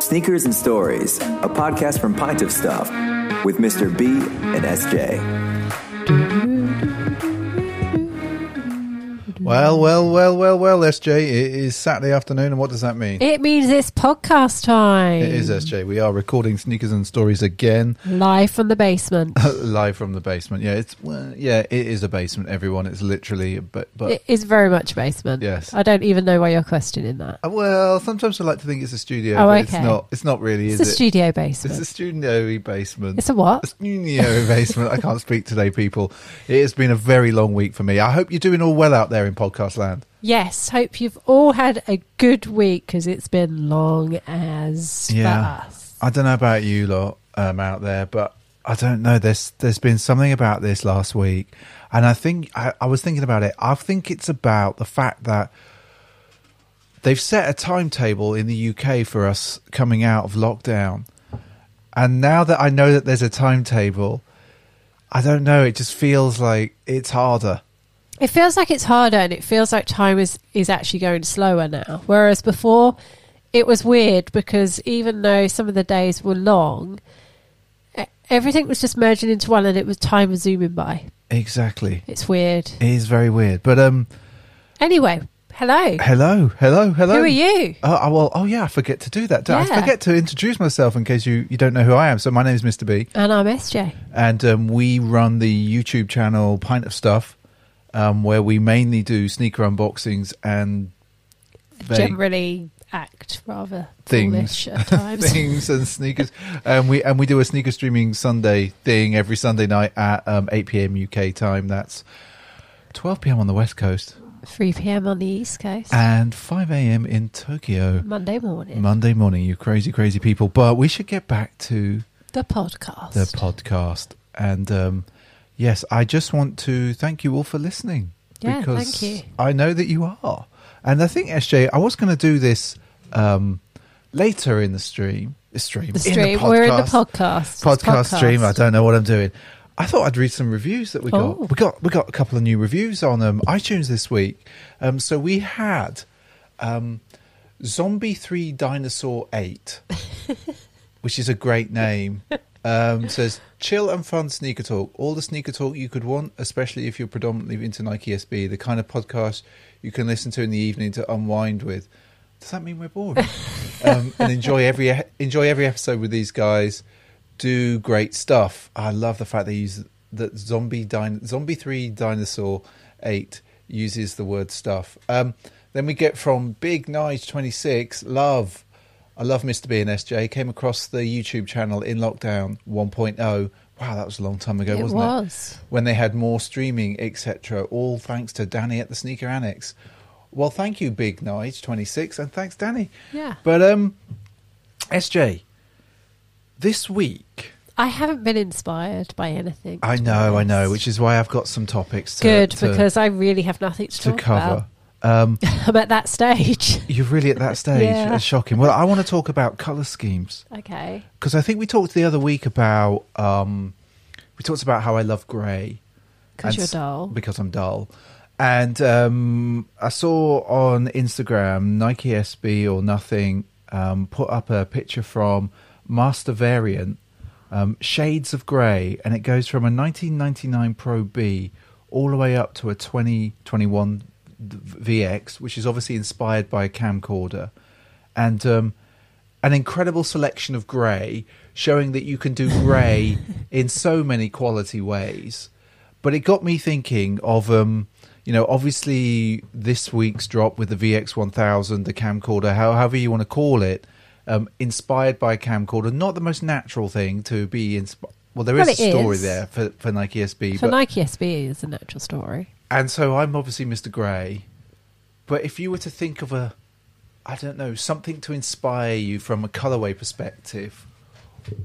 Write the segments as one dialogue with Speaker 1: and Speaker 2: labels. Speaker 1: Sneakers and Stories, a podcast from Pint of Stuff with Mr. B and SJ.
Speaker 2: Well, well, well, well, well, SJ, it is Saturday afternoon, and what does that mean?
Speaker 3: It means it's podcast time.
Speaker 2: It is SJ. We are recording sneakers and stories again,
Speaker 3: Live from the basement.
Speaker 2: live from the basement. Yeah, it's well, yeah, it is a basement. Everyone, it's literally, but but
Speaker 3: it is very much basement.
Speaker 2: Yes.
Speaker 3: I don't even know why you're questioning that.
Speaker 2: Uh, well, sometimes I like to think it's a studio,
Speaker 3: Oh,
Speaker 2: but it's
Speaker 3: okay.
Speaker 2: not. It's not really,
Speaker 3: It's
Speaker 2: is
Speaker 3: a
Speaker 2: it?
Speaker 3: studio
Speaker 2: It's
Speaker 3: basement.
Speaker 2: a studio basement.
Speaker 3: It's a what?
Speaker 2: A studio basement. I can't speak today, people. It has been a very long week for me. I hope you're doing all well out there in podcast land.
Speaker 3: yes. Hope you've all had a good week because it's been long as for us.
Speaker 2: I don't know about you lot um, out there, but I don't know. There's there's been something about this last week, and I think I, I was thinking about it. I think it's about the fact that they've set a timetable in the UK for us coming out of lockdown, and now that I know that there's a timetable, I don't know. It just feels like it's harder.
Speaker 3: It feels like it's harder and it feels like time is, is actually going slower now. Whereas before, it was weird because even though some of the days were long, e- everything was just merging into one and it was time was zooming by.
Speaker 2: Exactly.
Speaker 3: It's weird.
Speaker 2: It is very weird, but um,
Speaker 3: Anyway, hello.
Speaker 2: hello, hello, hello.
Speaker 3: Who are you?
Speaker 2: Oh, I- well, oh yeah, I forget to do that. don't I
Speaker 3: Yeah.
Speaker 2: forget to introduce myself in case you, you don't know who I am. So my name is Mr. B,
Speaker 3: And I'm SJ.
Speaker 2: and um, we run the YouTube channel Pint of Stuff, um, where we mainly do sneaker unboxings and vague
Speaker 3: Generally act rather
Speaker 2: things,
Speaker 3: foolish at times.
Speaker 2: things and sneakers. and we and we do a sneaker streaming Sunday thing every Sunday night at um, 8 p.m. UK time. That's 12 p.m. on the West Coast
Speaker 3: 3 p.m. on the East Coast.
Speaker 2: and 5 a.m. in Tokyo.
Speaker 3: Monday morning.
Speaker 2: Monday morning, you crazy, crazy people. But we should get back to
Speaker 3: the podcast.
Speaker 2: the podcast. And um, yes, I just want to thank you all for listening.
Speaker 3: Yeah,
Speaker 2: because
Speaker 3: thank you.
Speaker 2: I know that you are. And I think, SJ, I was going to do this um, later in the stream. Stream.
Speaker 3: The stream. We're in the podcast.
Speaker 2: Podcast,
Speaker 3: It's podcast.
Speaker 2: stream. I don't know what I'm doing. I thought I'd read some reviews that we got.
Speaker 3: Oh.
Speaker 2: We got we got a couple of new reviews on um, iTunes this week. Um, so we had um, Zombie Three Dinosaur Eight, which is a great name. Um, says chill and fun sneaker talk, all the sneaker talk you could want, especially if you're predominantly into Nike SB, the kind of podcast you can listen to in the evening to unwind with. Does that mean we're boring? um, and enjoy every enjoy every episode with these guys. Do great stuff. I love the fact they use that zombie din- zombie three dinosaur eight uses the word stuff. Um, then we get from Big Nige twenty six love. I love Mr. B and SJ. Came across the YouTube channel in lockdown 1.0. Wow, that was a long time ago,
Speaker 3: It
Speaker 2: wasn't
Speaker 3: was.
Speaker 2: it? When they had more streaming, etc. All thanks to Danny at the Sneaker Annex. Well, thank you, Big Nige 26, and thanks, Danny.
Speaker 3: Yeah.
Speaker 2: But um, SJ, this week
Speaker 3: I haven't been inspired by anything.
Speaker 2: I
Speaker 3: to be
Speaker 2: know, I know,
Speaker 3: honest.
Speaker 2: which is why I've got some topics to,
Speaker 3: good
Speaker 2: to,
Speaker 3: because I really have nothing to,
Speaker 2: to
Speaker 3: talk
Speaker 2: cover.
Speaker 3: about. I'm at that stage.
Speaker 2: You're really at that stage.
Speaker 3: Yeah.
Speaker 2: That's shocking. Well, I want to talk about color schemes.
Speaker 3: okay.
Speaker 2: because I think we talked the other week about um, we talked about how I love grey
Speaker 3: 'Cause
Speaker 2: And
Speaker 3: you're
Speaker 2: s-
Speaker 3: dull.
Speaker 2: Because I'm dull, and um, I saw on Instagram Nike SB or nothing um, put up a picture from Master Variant um, Shades of Grey, and it goes from a 1999 Pro B all the way up to a 2021 v- VX, which is obviously inspired by a camcorder, and um, an incredible selection of grey, showing that you can do grey in so many quality ways. But it got me thinking of, um, you know, obviously this week's drop with the VX1000, the camcorder, how- however you want to call it, um, inspired by a camcorder, not the most natural thing to be inspired. Well, there is
Speaker 3: Well,
Speaker 2: a
Speaker 3: it
Speaker 2: story
Speaker 3: is.
Speaker 2: there for, for Nike SB.
Speaker 3: For
Speaker 2: but-
Speaker 3: Nike SB is a natural story.
Speaker 2: and so I'm obviously Mr. Grey, but if you were to think of a, I don't know, something to inspire you from a colorway perspective,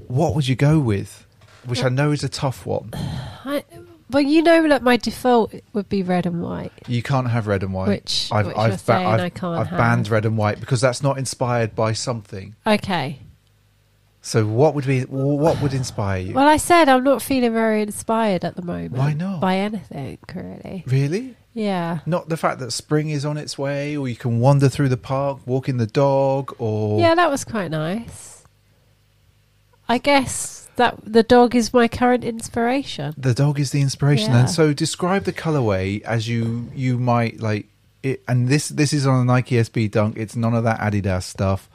Speaker 2: what would you go with? Which I know is a tough one.
Speaker 3: I, well, you know, look, my default would be red and white.
Speaker 2: You can't have red and white.
Speaker 3: Which- which you're saying
Speaker 2: I've,
Speaker 3: I can't
Speaker 2: I've
Speaker 3: have.
Speaker 2: banned red and white because that's not inspired by something.
Speaker 3: Okay.
Speaker 2: So what would be what would inspire you?
Speaker 3: Well, I said I'm not feeling very inspired at the moment.
Speaker 2: Why not?
Speaker 3: By anything, really.
Speaker 2: really?
Speaker 3: Yeah.
Speaker 2: Not the fact that spring is on its way, or you can wander through the park, walking the dog, or
Speaker 3: Yeah, that was quite nice. I guess that the dog is my current inspiration.
Speaker 2: The dog is the inspiration.
Speaker 3: Yeah.
Speaker 2: And so describe the colorway as you you might like it. And this this is on a Nike SB Dunk. It's none of that Adidas stuff.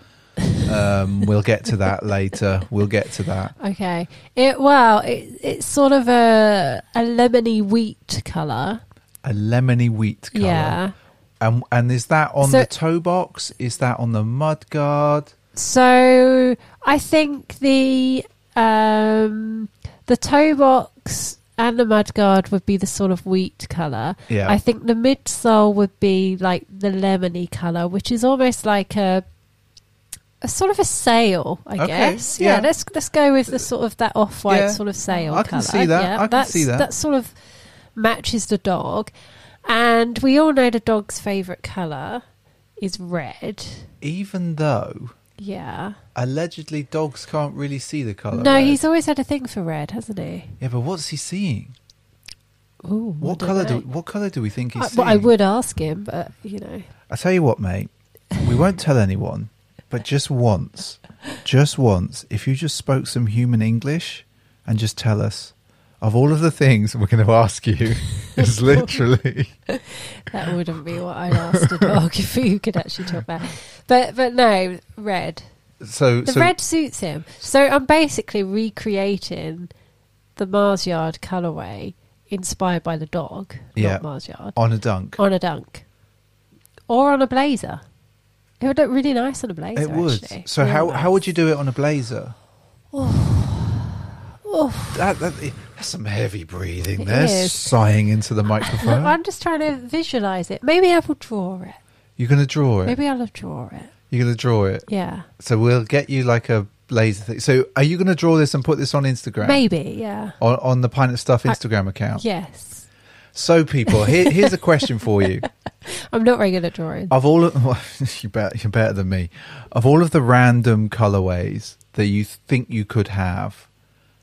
Speaker 2: Um, we'll get to that later. We'll get to that.
Speaker 3: Okay. It well, it, it's sort of a a lemony wheat color.
Speaker 2: A lemony wheat color.
Speaker 3: Yeah.
Speaker 2: And and is that on
Speaker 3: So-
Speaker 2: the toe box? Is that on the mud guard?
Speaker 3: So I think the um, the toe box and the mudguard would be the sort of wheat color.
Speaker 2: Yeah.
Speaker 3: I think the midsole would be like the lemony color, which is almost like a a sort of a sail, I
Speaker 2: Okay,
Speaker 3: guess. Yeah.
Speaker 2: yeah.
Speaker 3: Let's let's go with the sort of that off white
Speaker 2: Yeah,
Speaker 3: sort of sail.
Speaker 2: I can
Speaker 3: color.
Speaker 2: see that,
Speaker 3: Yeah,
Speaker 2: I can
Speaker 3: that's,
Speaker 2: see that.
Speaker 3: That sort of matches the dog, and we all know the dog's favorite color is red.
Speaker 2: Even though
Speaker 3: Yeah.
Speaker 2: allegedly dogs can't really see the color.
Speaker 3: No, he's always had a thing for red, hasn't he?
Speaker 2: yeah, but what's he seeing?
Speaker 3: Ooh,
Speaker 2: What color do what color do we think he's
Speaker 3: I,
Speaker 2: seeing?
Speaker 3: Uh, well, I would ask him, but you know,
Speaker 2: I tell you what, mate, we won't tell anyone, but just once, just once, if you just spoke some human English and just tell us of all of the things we're going to ask you, is literally
Speaker 3: that wouldn't be what I'd ask a dog if you could actually talk about. But but no, red.
Speaker 2: so
Speaker 3: The
Speaker 2: so
Speaker 3: red suits him. So I'm basically recreating the Mars Yard colorway inspired by the dog,
Speaker 2: Yeah.
Speaker 3: not Mars Yard,
Speaker 2: on a dunk.
Speaker 3: on a dunk or on a blazer. It would look really nice on a blazer.
Speaker 2: it would.
Speaker 3: Actually.
Speaker 2: So how how would you do it on a blazer?
Speaker 3: Oh.
Speaker 2: That, that, that's some heavy breathing
Speaker 3: It
Speaker 2: there,
Speaker 3: is.
Speaker 2: sighing into the microphone.
Speaker 3: I'm just trying to visualize it. Maybe I will draw it.
Speaker 2: You're going to draw it.
Speaker 3: Maybe I'll draw it.
Speaker 2: You're going to draw it.
Speaker 3: Yeah.
Speaker 2: So we'll get you like a blazer thing. So are you going to draw this and put this on Instagram?
Speaker 3: Maybe, yeah.
Speaker 2: on, on the Pint of Stuff Instagram account.
Speaker 3: Yes.
Speaker 2: So, people, here, here's a question for you.
Speaker 3: I'm not very good at drawing.
Speaker 2: Of all of, you bet, you're better than me. Of all of the random colorways that you think you could have,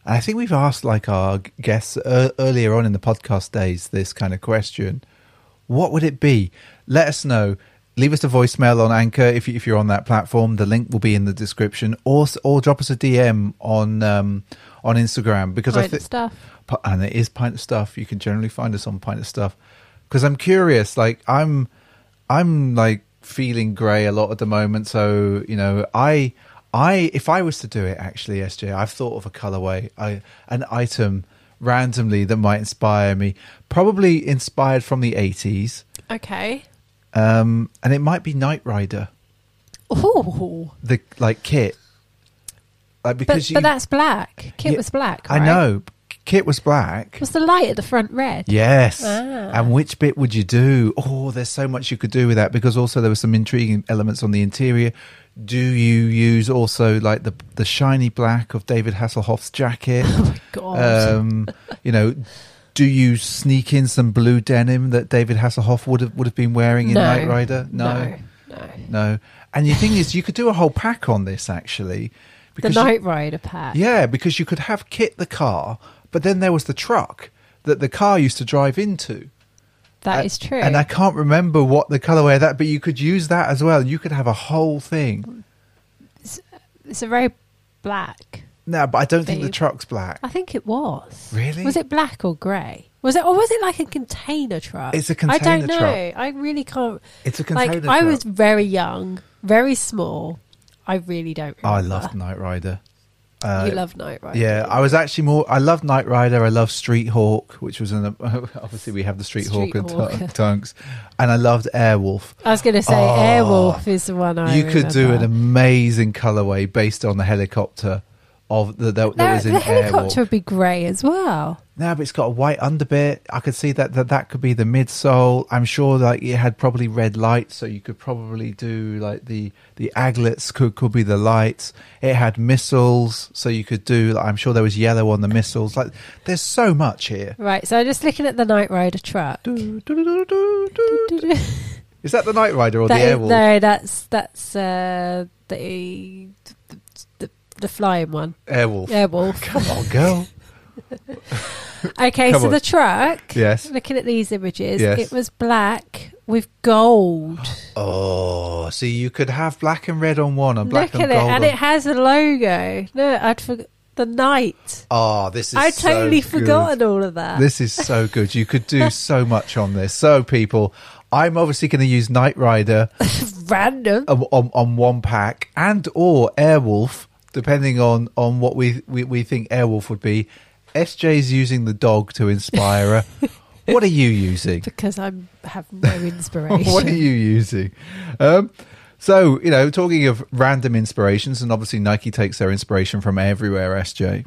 Speaker 2: and I think we've asked like our guests ear- earlier on in the podcast days this kind of question. What would it be? Let us know. Leave us a voicemail on Anchor if, you, if you're on that platform. The link will be in the description, or s- or drop us a DM on um, on Instagram because I
Speaker 3: Pint
Speaker 2: think
Speaker 3: of Stuff.
Speaker 2: Pi- and it is pint of stuff you can generally find us on pint of stuff because i'm curious like i'm i'm like feeling grey a lot at the moment so you know i i if i was to do it actually sj i've thought of a colorway i an item randomly that might inspire me probably inspired from the 80s
Speaker 3: Okay.
Speaker 2: um and it might be knight rider
Speaker 3: Oh,
Speaker 2: the like kit like
Speaker 3: but,
Speaker 2: because you,
Speaker 3: but that's black. Kit
Speaker 2: Yeah,
Speaker 3: was black,
Speaker 2: i
Speaker 3: right?
Speaker 2: know kit was black
Speaker 3: Was the light at the front red?
Speaker 2: Yes.
Speaker 3: Ah.
Speaker 2: And which bit would you do? Oh, there's so much you could do with that because also there were some intriguing elements on the interior. Do you use also like the the shiny black of David Hasselhoff's jacket?
Speaker 3: Oh, my God.
Speaker 2: um, you know, do you sneak in some blue denim that David Hasselhoff would have would have been wearing in
Speaker 3: No.
Speaker 2: Knight Rider? No.
Speaker 3: No. no.
Speaker 2: No. And the thing is you could do a whole pack on this actually.
Speaker 3: The
Speaker 2: you-
Speaker 3: Night Rider pack.
Speaker 2: yeah, because you could have Kit the car, but then there was the truck that the car used to drive into.
Speaker 3: That
Speaker 2: A-
Speaker 3: is true.
Speaker 2: And I can't remember what the colorway of that, but you could use that as well. You could have a whole thing.
Speaker 3: it's a very black.
Speaker 2: No, but I don't think the
Speaker 3: Babe.
Speaker 2: truck's black.
Speaker 3: I think it was.
Speaker 2: Really?
Speaker 3: Was it black or grey? Was it, or was it like a container truck?
Speaker 2: It's a
Speaker 3: I don't
Speaker 2: container
Speaker 3: know.
Speaker 2: truck.
Speaker 3: I really can't.
Speaker 2: It's a
Speaker 3: like,
Speaker 2: container
Speaker 3: I
Speaker 2: truck.
Speaker 3: was very young, very small. I really don't.
Speaker 2: Oh, I
Speaker 3: remember.
Speaker 2: loved Knight Rider. Uh,
Speaker 3: you love Night Rider.
Speaker 2: Yeah, I was actually more. I loved Knight Rider. I love Street Hawk, which was an. Obviously, we have the Street,
Speaker 3: Street
Speaker 2: Hawk and
Speaker 3: Hawk.
Speaker 2: Tunk- Tunks, and I loved Airwolf.
Speaker 3: I was going to say Airwolf is the one I
Speaker 2: Ah. you could do an
Speaker 3: remember.
Speaker 2: amazing colorway based on the helicopter of the, that, that
Speaker 3: No,
Speaker 2: was in
Speaker 3: the helicopter
Speaker 2: Airwolf.
Speaker 3: would be grey as well.
Speaker 2: No, but it's got a white underbit. I could see that that, that could be the midsole. I'm sure like it had probably red lights, so you could probably do like the the aglets could could be the lights. It had missiles, so you could do. Like, I'm sure there was yellow on the missiles. Like there's so much here.
Speaker 3: Right, so just looking at the Night Rider truck.
Speaker 2: Do, do, do, do, do, do.
Speaker 3: That is-
Speaker 2: Is that the Knight Rider or the Airwolf?
Speaker 3: no, that's that's uh, the, the the flying one.
Speaker 2: Airwolf.
Speaker 3: Airwolf.
Speaker 2: Come on, girl.
Speaker 3: Okay,
Speaker 2: Come
Speaker 3: so
Speaker 2: on.
Speaker 3: the truck.
Speaker 2: Yes.
Speaker 3: Looking at these images,
Speaker 2: Yes.
Speaker 3: it was black with gold.
Speaker 2: Oh, so you could have black and red on one and black
Speaker 3: Look at
Speaker 2: and
Speaker 3: it,
Speaker 2: gold.
Speaker 3: and
Speaker 2: on-
Speaker 3: it has a logo. No, I'd forg the night.
Speaker 2: Ah, this is
Speaker 3: I'd
Speaker 2: so
Speaker 3: totally
Speaker 2: good.
Speaker 3: forgotten all of that.
Speaker 2: This is so good. You could do so much on this. So, people, I'm obviously going to use Knight Rider
Speaker 3: Random.
Speaker 2: on, on, on one pack and or Airwolf, depending on on what we, we we think Airwolf would be. SJ's using the dog to inspire her. what are you using?
Speaker 3: Because I have no inspiration.
Speaker 2: what are you using? Um, so, you know, talking of random inspirations, and obviously Nike takes their inspiration from everywhere, SJ.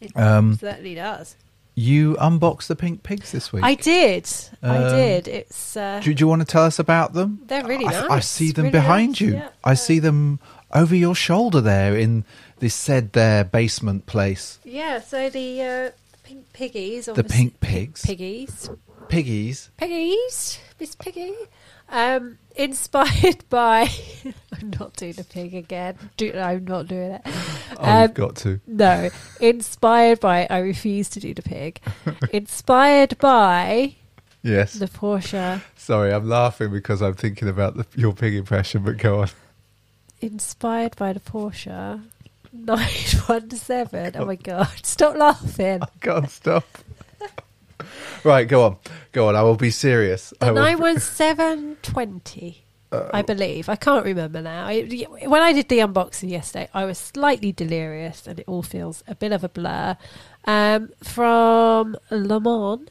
Speaker 3: It
Speaker 2: Um,
Speaker 3: certainly does.
Speaker 2: You unboxed the pink pigs this week.
Speaker 3: I did. I
Speaker 2: Um,
Speaker 3: did. It's uh,
Speaker 2: do, do you want to tell us about them?
Speaker 3: They're really
Speaker 2: I, I
Speaker 3: nice,
Speaker 2: see them
Speaker 3: really
Speaker 2: behind
Speaker 3: nice,
Speaker 2: you.
Speaker 3: yeah.
Speaker 2: I see them over your shoulder there in this said their basement place.
Speaker 3: yeah. So the uh, pink piggies,
Speaker 2: The
Speaker 3: obviously-
Speaker 2: pink pigs,
Speaker 3: piggies,
Speaker 2: piggies.
Speaker 3: piggies, Miss Piggy, um, inspired by. I'm not doing the pig again. Do, I'm not doing it.
Speaker 2: Oh,
Speaker 3: Um,
Speaker 2: we've got to.
Speaker 3: No, inspired by. I refuse to do the pig. Inspired by
Speaker 2: Yes.
Speaker 3: the Porsche.
Speaker 2: Sorry, I'm laughing because I'm thinking about the, your pig impression. But go on.
Speaker 3: Inspired by the Porsche. 917. Oh my god, stop laughing.
Speaker 2: Can't stop. right, go on. Go on. I will be serious. I
Speaker 3: The
Speaker 2: will-
Speaker 3: 91720, I believe. I can't remember now. I, when I did the unboxing yesterday, I was slightly delirious and it all feels a bit of a blur. Um, from Le Mans,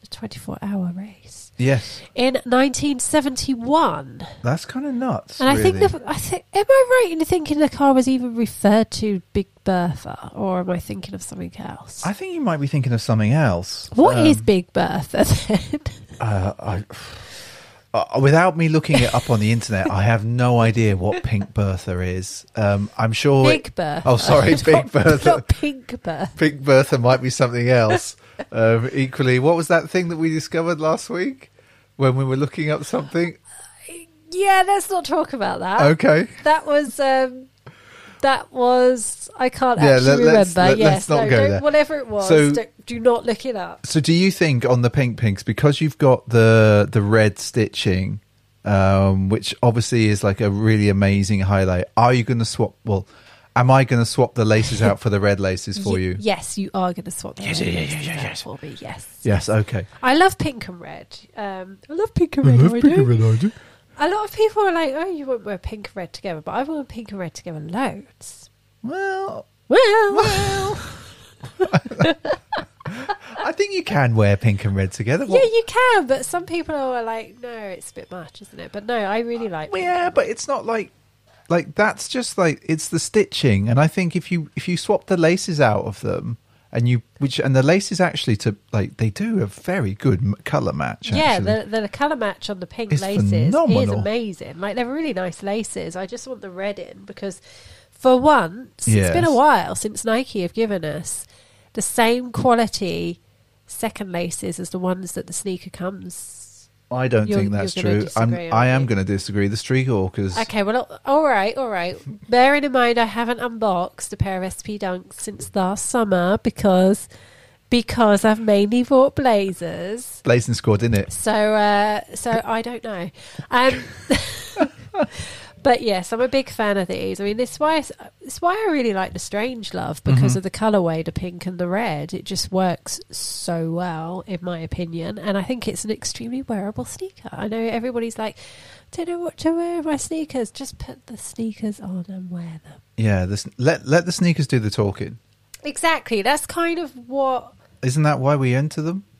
Speaker 3: the 24 hour race.
Speaker 2: yes,
Speaker 3: In 1971,
Speaker 2: that's kind of nuts.
Speaker 3: and I think
Speaker 2: really.
Speaker 3: the, I think am I right in thinking the car was even referred to Big Bertha, or am I thinking of something else?
Speaker 2: I think you might be thinking of something else.
Speaker 3: What
Speaker 2: Um,
Speaker 3: is Big Bertha then?
Speaker 2: Uh, I, uh, without me looking it up on the internet, I have no idea what Pink Bertha is. Um, I'm sure. it-
Speaker 3: Big Bertha.
Speaker 2: Oh, sorry,
Speaker 3: Not-
Speaker 2: Big Bertha.
Speaker 3: Not Pink Bertha.
Speaker 2: Pink Bertha might be something else. Um, equally, what was that thing that we discovered last week when we were looking up something?
Speaker 3: Yeah, let's not talk about that.
Speaker 2: Okay.
Speaker 3: That was um that was I can't
Speaker 2: Yeah,
Speaker 3: actually
Speaker 2: let-
Speaker 3: remember.
Speaker 2: let's- let-
Speaker 3: yes,
Speaker 2: let's not
Speaker 3: no,
Speaker 2: go
Speaker 3: don't-
Speaker 2: there.
Speaker 3: whatever it was,
Speaker 2: So-
Speaker 3: don't, do not look it up.
Speaker 2: So, do you think on the Pink Pinks because you've got the the red stitching, um, which obviously is like a really amazing highlight? Are you going to swap? Well, am I going to swap the laces out for the red laces for
Speaker 3: Ye-
Speaker 2: you?
Speaker 3: Yes, you are going to swap that
Speaker 2: Yes, yeah, yeah, yeah, yeah, yes.
Speaker 3: for me. Yes.
Speaker 2: Yes. Okay.
Speaker 3: I love pink and red. Um, I love Mm-hmm, pink and red. I do. A lot of people are like, "Oh, you won't wear pink and red together," but I wear pink and red together loads.
Speaker 2: Well,
Speaker 3: Well,
Speaker 2: well. I think you can wear pink and red together.
Speaker 3: yeah, you can, but some people are like, "No, it's a bit much, isn't it?" But no, I really like.
Speaker 2: Well,
Speaker 3: pink.
Speaker 2: yeah, but it's not like like that's just like it's the stitching, and I think if you if you swap the laces out of them. And you, which and the laces actually to like they do a very good m- color match.
Speaker 3: Yeah,
Speaker 2: actually.
Speaker 3: the, the colour match on the pink
Speaker 2: It's
Speaker 3: laces is
Speaker 2: phenomenal.
Speaker 3: amazing. Like they're really nice laces. I just want the red in because, for once, it's been
Speaker 2: Yes.
Speaker 3: a while since Nike have given us the same quality second laces as the ones that the sneaker comes.
Speaker 2: I don't
Speaker 3: you're-
Speaker 2: think that's
Speaker 3: you're gonna
Speaker 2: true. I'm,
Speaker 3: disagree,
Speaker 2: I
Speaker 3: aren't
Speaker 2: am
Speaker 3: you?
Speaker 2: going to disagree. The streak orcas.
Speaker 3: Okay, well, all right, all right. Bearing in mind, I haven't unboxed a pair of SP Dunks since last summer because because I've mainly bought blazers.
Speaker 2: Blazing squad in it.
Speaker 3: So, uh, so I don't know. Um, but yes, I'm a big fan of these. I mean, this why it's why I really like the Strange Love
Speaker 2: Mm-hmm.
Speaker 3: because of the colorway, the pink and the red. It just works so well, in my opinion, and I think it's an extremely wearable sneaker. I know everybody's like, "Don't know what to wear with my sneakers." Just put the sneakers on and wear them.
Speaker 2: Yeah, this, let let the sneakers do the talking.
Speaker 3: Exactly. That's kind of what.
Speaker 2: Isn't that why we enter them?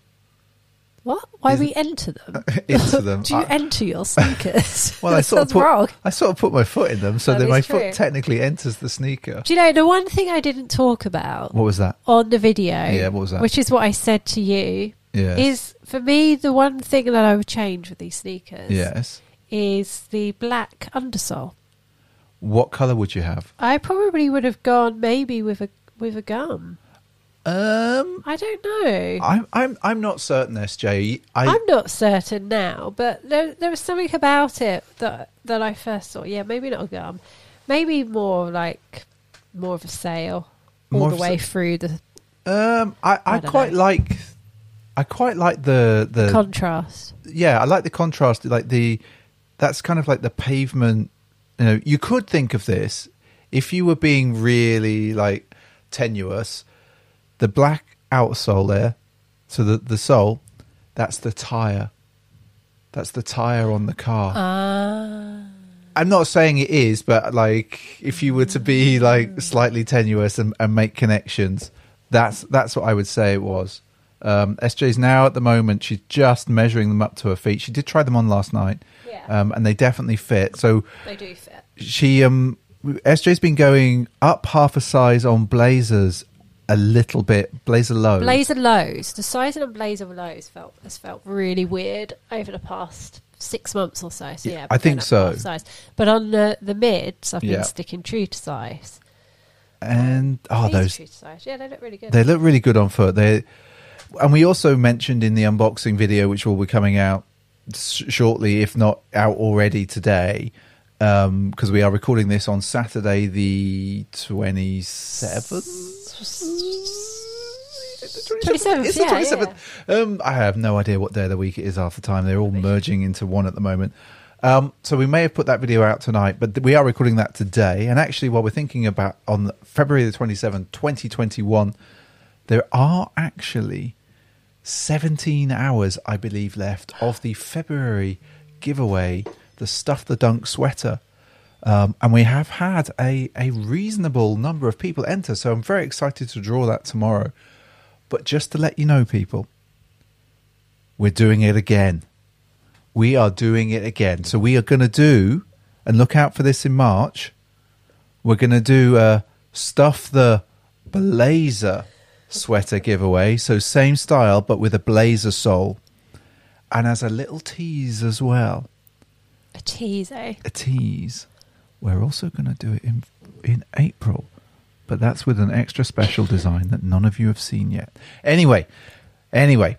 Speaker 3: What? Why
Speaker 2: Isn't-
Speaker 3: we enter them?
Speaker 2: Into them.
Speaker 3: Do you
Speaker 2: I-
Speaker 3: enter your sneakers?
Speaker 2: Well, I sort
Speaker 3: That
Speaker 2: of
Speaker 3: sounds
Speaker 2: put
Speaker 3: wrong.
Speaker 2: I sort of put my foot in them, so
Speaker 3: That
Speaker 2: that
Speaker 3: is
Speaker 2: my
Speaker 3: true.
Speaker 2: foot technically enters the sneaker.
Speaker 3: Do you know the one thing I didn't talk about
Speaker 2: What was that?
Speaker 3: on the video?
Speaker 2: Yeah, what was that?
Speaker 3: Which is what I said to you.
Speaker 2: Yes.
Speaker 3: Is for me the one thing that I would change with these sneakers.
Speaker 2: yes.
Speaker 3: Is the black undersole.
Speaker 2: What color would you have?
Speaker 3: I probably would have gone maybe with a with a gum.
Speaker 2: Um,
Speaker 3: I don't know.
Speaker 2: I'm I'm I'm not certain, SJ. I
Speaker 3: I'm not certain now, but there, there was something about it that that I first thought, yeah, maybe not a gum, maybe more like more of a sail all
Speaker 2: More
Speaker 3: the
Speaker 2: of a
Speaker 3: way
Speaker 2: sa-
Speaker 3: through the
Speaker 2: um I, I,
Speaker 3: I don't
Speaker 2: quite
Speaker 3: know.
Speaker 2: like I quite like the the
Speaker 3: contrast.
Speaker 2: yeah I like the contrast like the that's kind of like the pavement. You know, you could think of this if you were being really like tenuous, the black outsole there, so the the sole, that's the tire. That's the tire on the car. I'm not saying it is, but like if you were to be
Speaker 3: Mm.
Speaker 2: like slightly tenuous and, and make connections, that's that's what I would say it was. Um, SJ's now at the moment she's just measuring them up to her feet. She did try them on last night,
Speaker 3: Yeah.
Speaker 2: um, and they definitely fit. So
Speaker 3: They do fit.
Speaker 2: she um SJ's been going up half a size on blazers a little bit, blazer low.
Speaker 3: Blazer lows. The sizing of blazer lows felt has felt really weird over the past six months or so. So
Speaker 2: Yeah,
Speaker 3: yeah,
Speaker 2: I
Speaker 3: I've
Speaker 2: think
Speaker 3: gone up
Speaker 2: so.
Speaker 3: half Size. But on the the mids, I've
Speaker 2: Yeah.
Speaker 3: been sticking true to size.
Speaker 2: and oh
Speaker 3: These are
Speaker 2: those
Speaker 3: true to size. Yeah, they look really good.
Speaker 2: They look really good on foot. They, and we also mentioned in the unboxing video, which will be coming out s- shortly, if not out already today, because we are recording this on Saturday, the twenty seventh.
Speaker 3: Twenty seventh.
Speaker 2: It's the
Speaker 3: Yeah,
Speaker 2: twenty
Speaker 3: yeah.
Speaker 2: seventh. Um, I have no idea what day of the week it is half the time. They're all merging into one at the moment. Um, so we may have put that video out tonight, but th- we are recording that today. And actually, while we're thinking about on February the twenty seventh, twenty twenty one, there are actually seventeen hours, I believe, left of the February giveaway, the stuff the dunk sweater. Um, and we have had a, a reasonable number of people enter, so I'm very excited to draw that tomorrow. But just to let you know, people, we're doing it again. We are doing it again. So we are going to do, and look out for this in March, we're going to do uh, Stuff the Blazer sweater giveaway. So same style, but with a blazer sole. And as a little tease as well,
Speaker 3: A tease, eh?
Speaker 2: a tease. We're also going to do it in in April, but that's with an extra special design that none of you have seen yet. Anyway, anyway,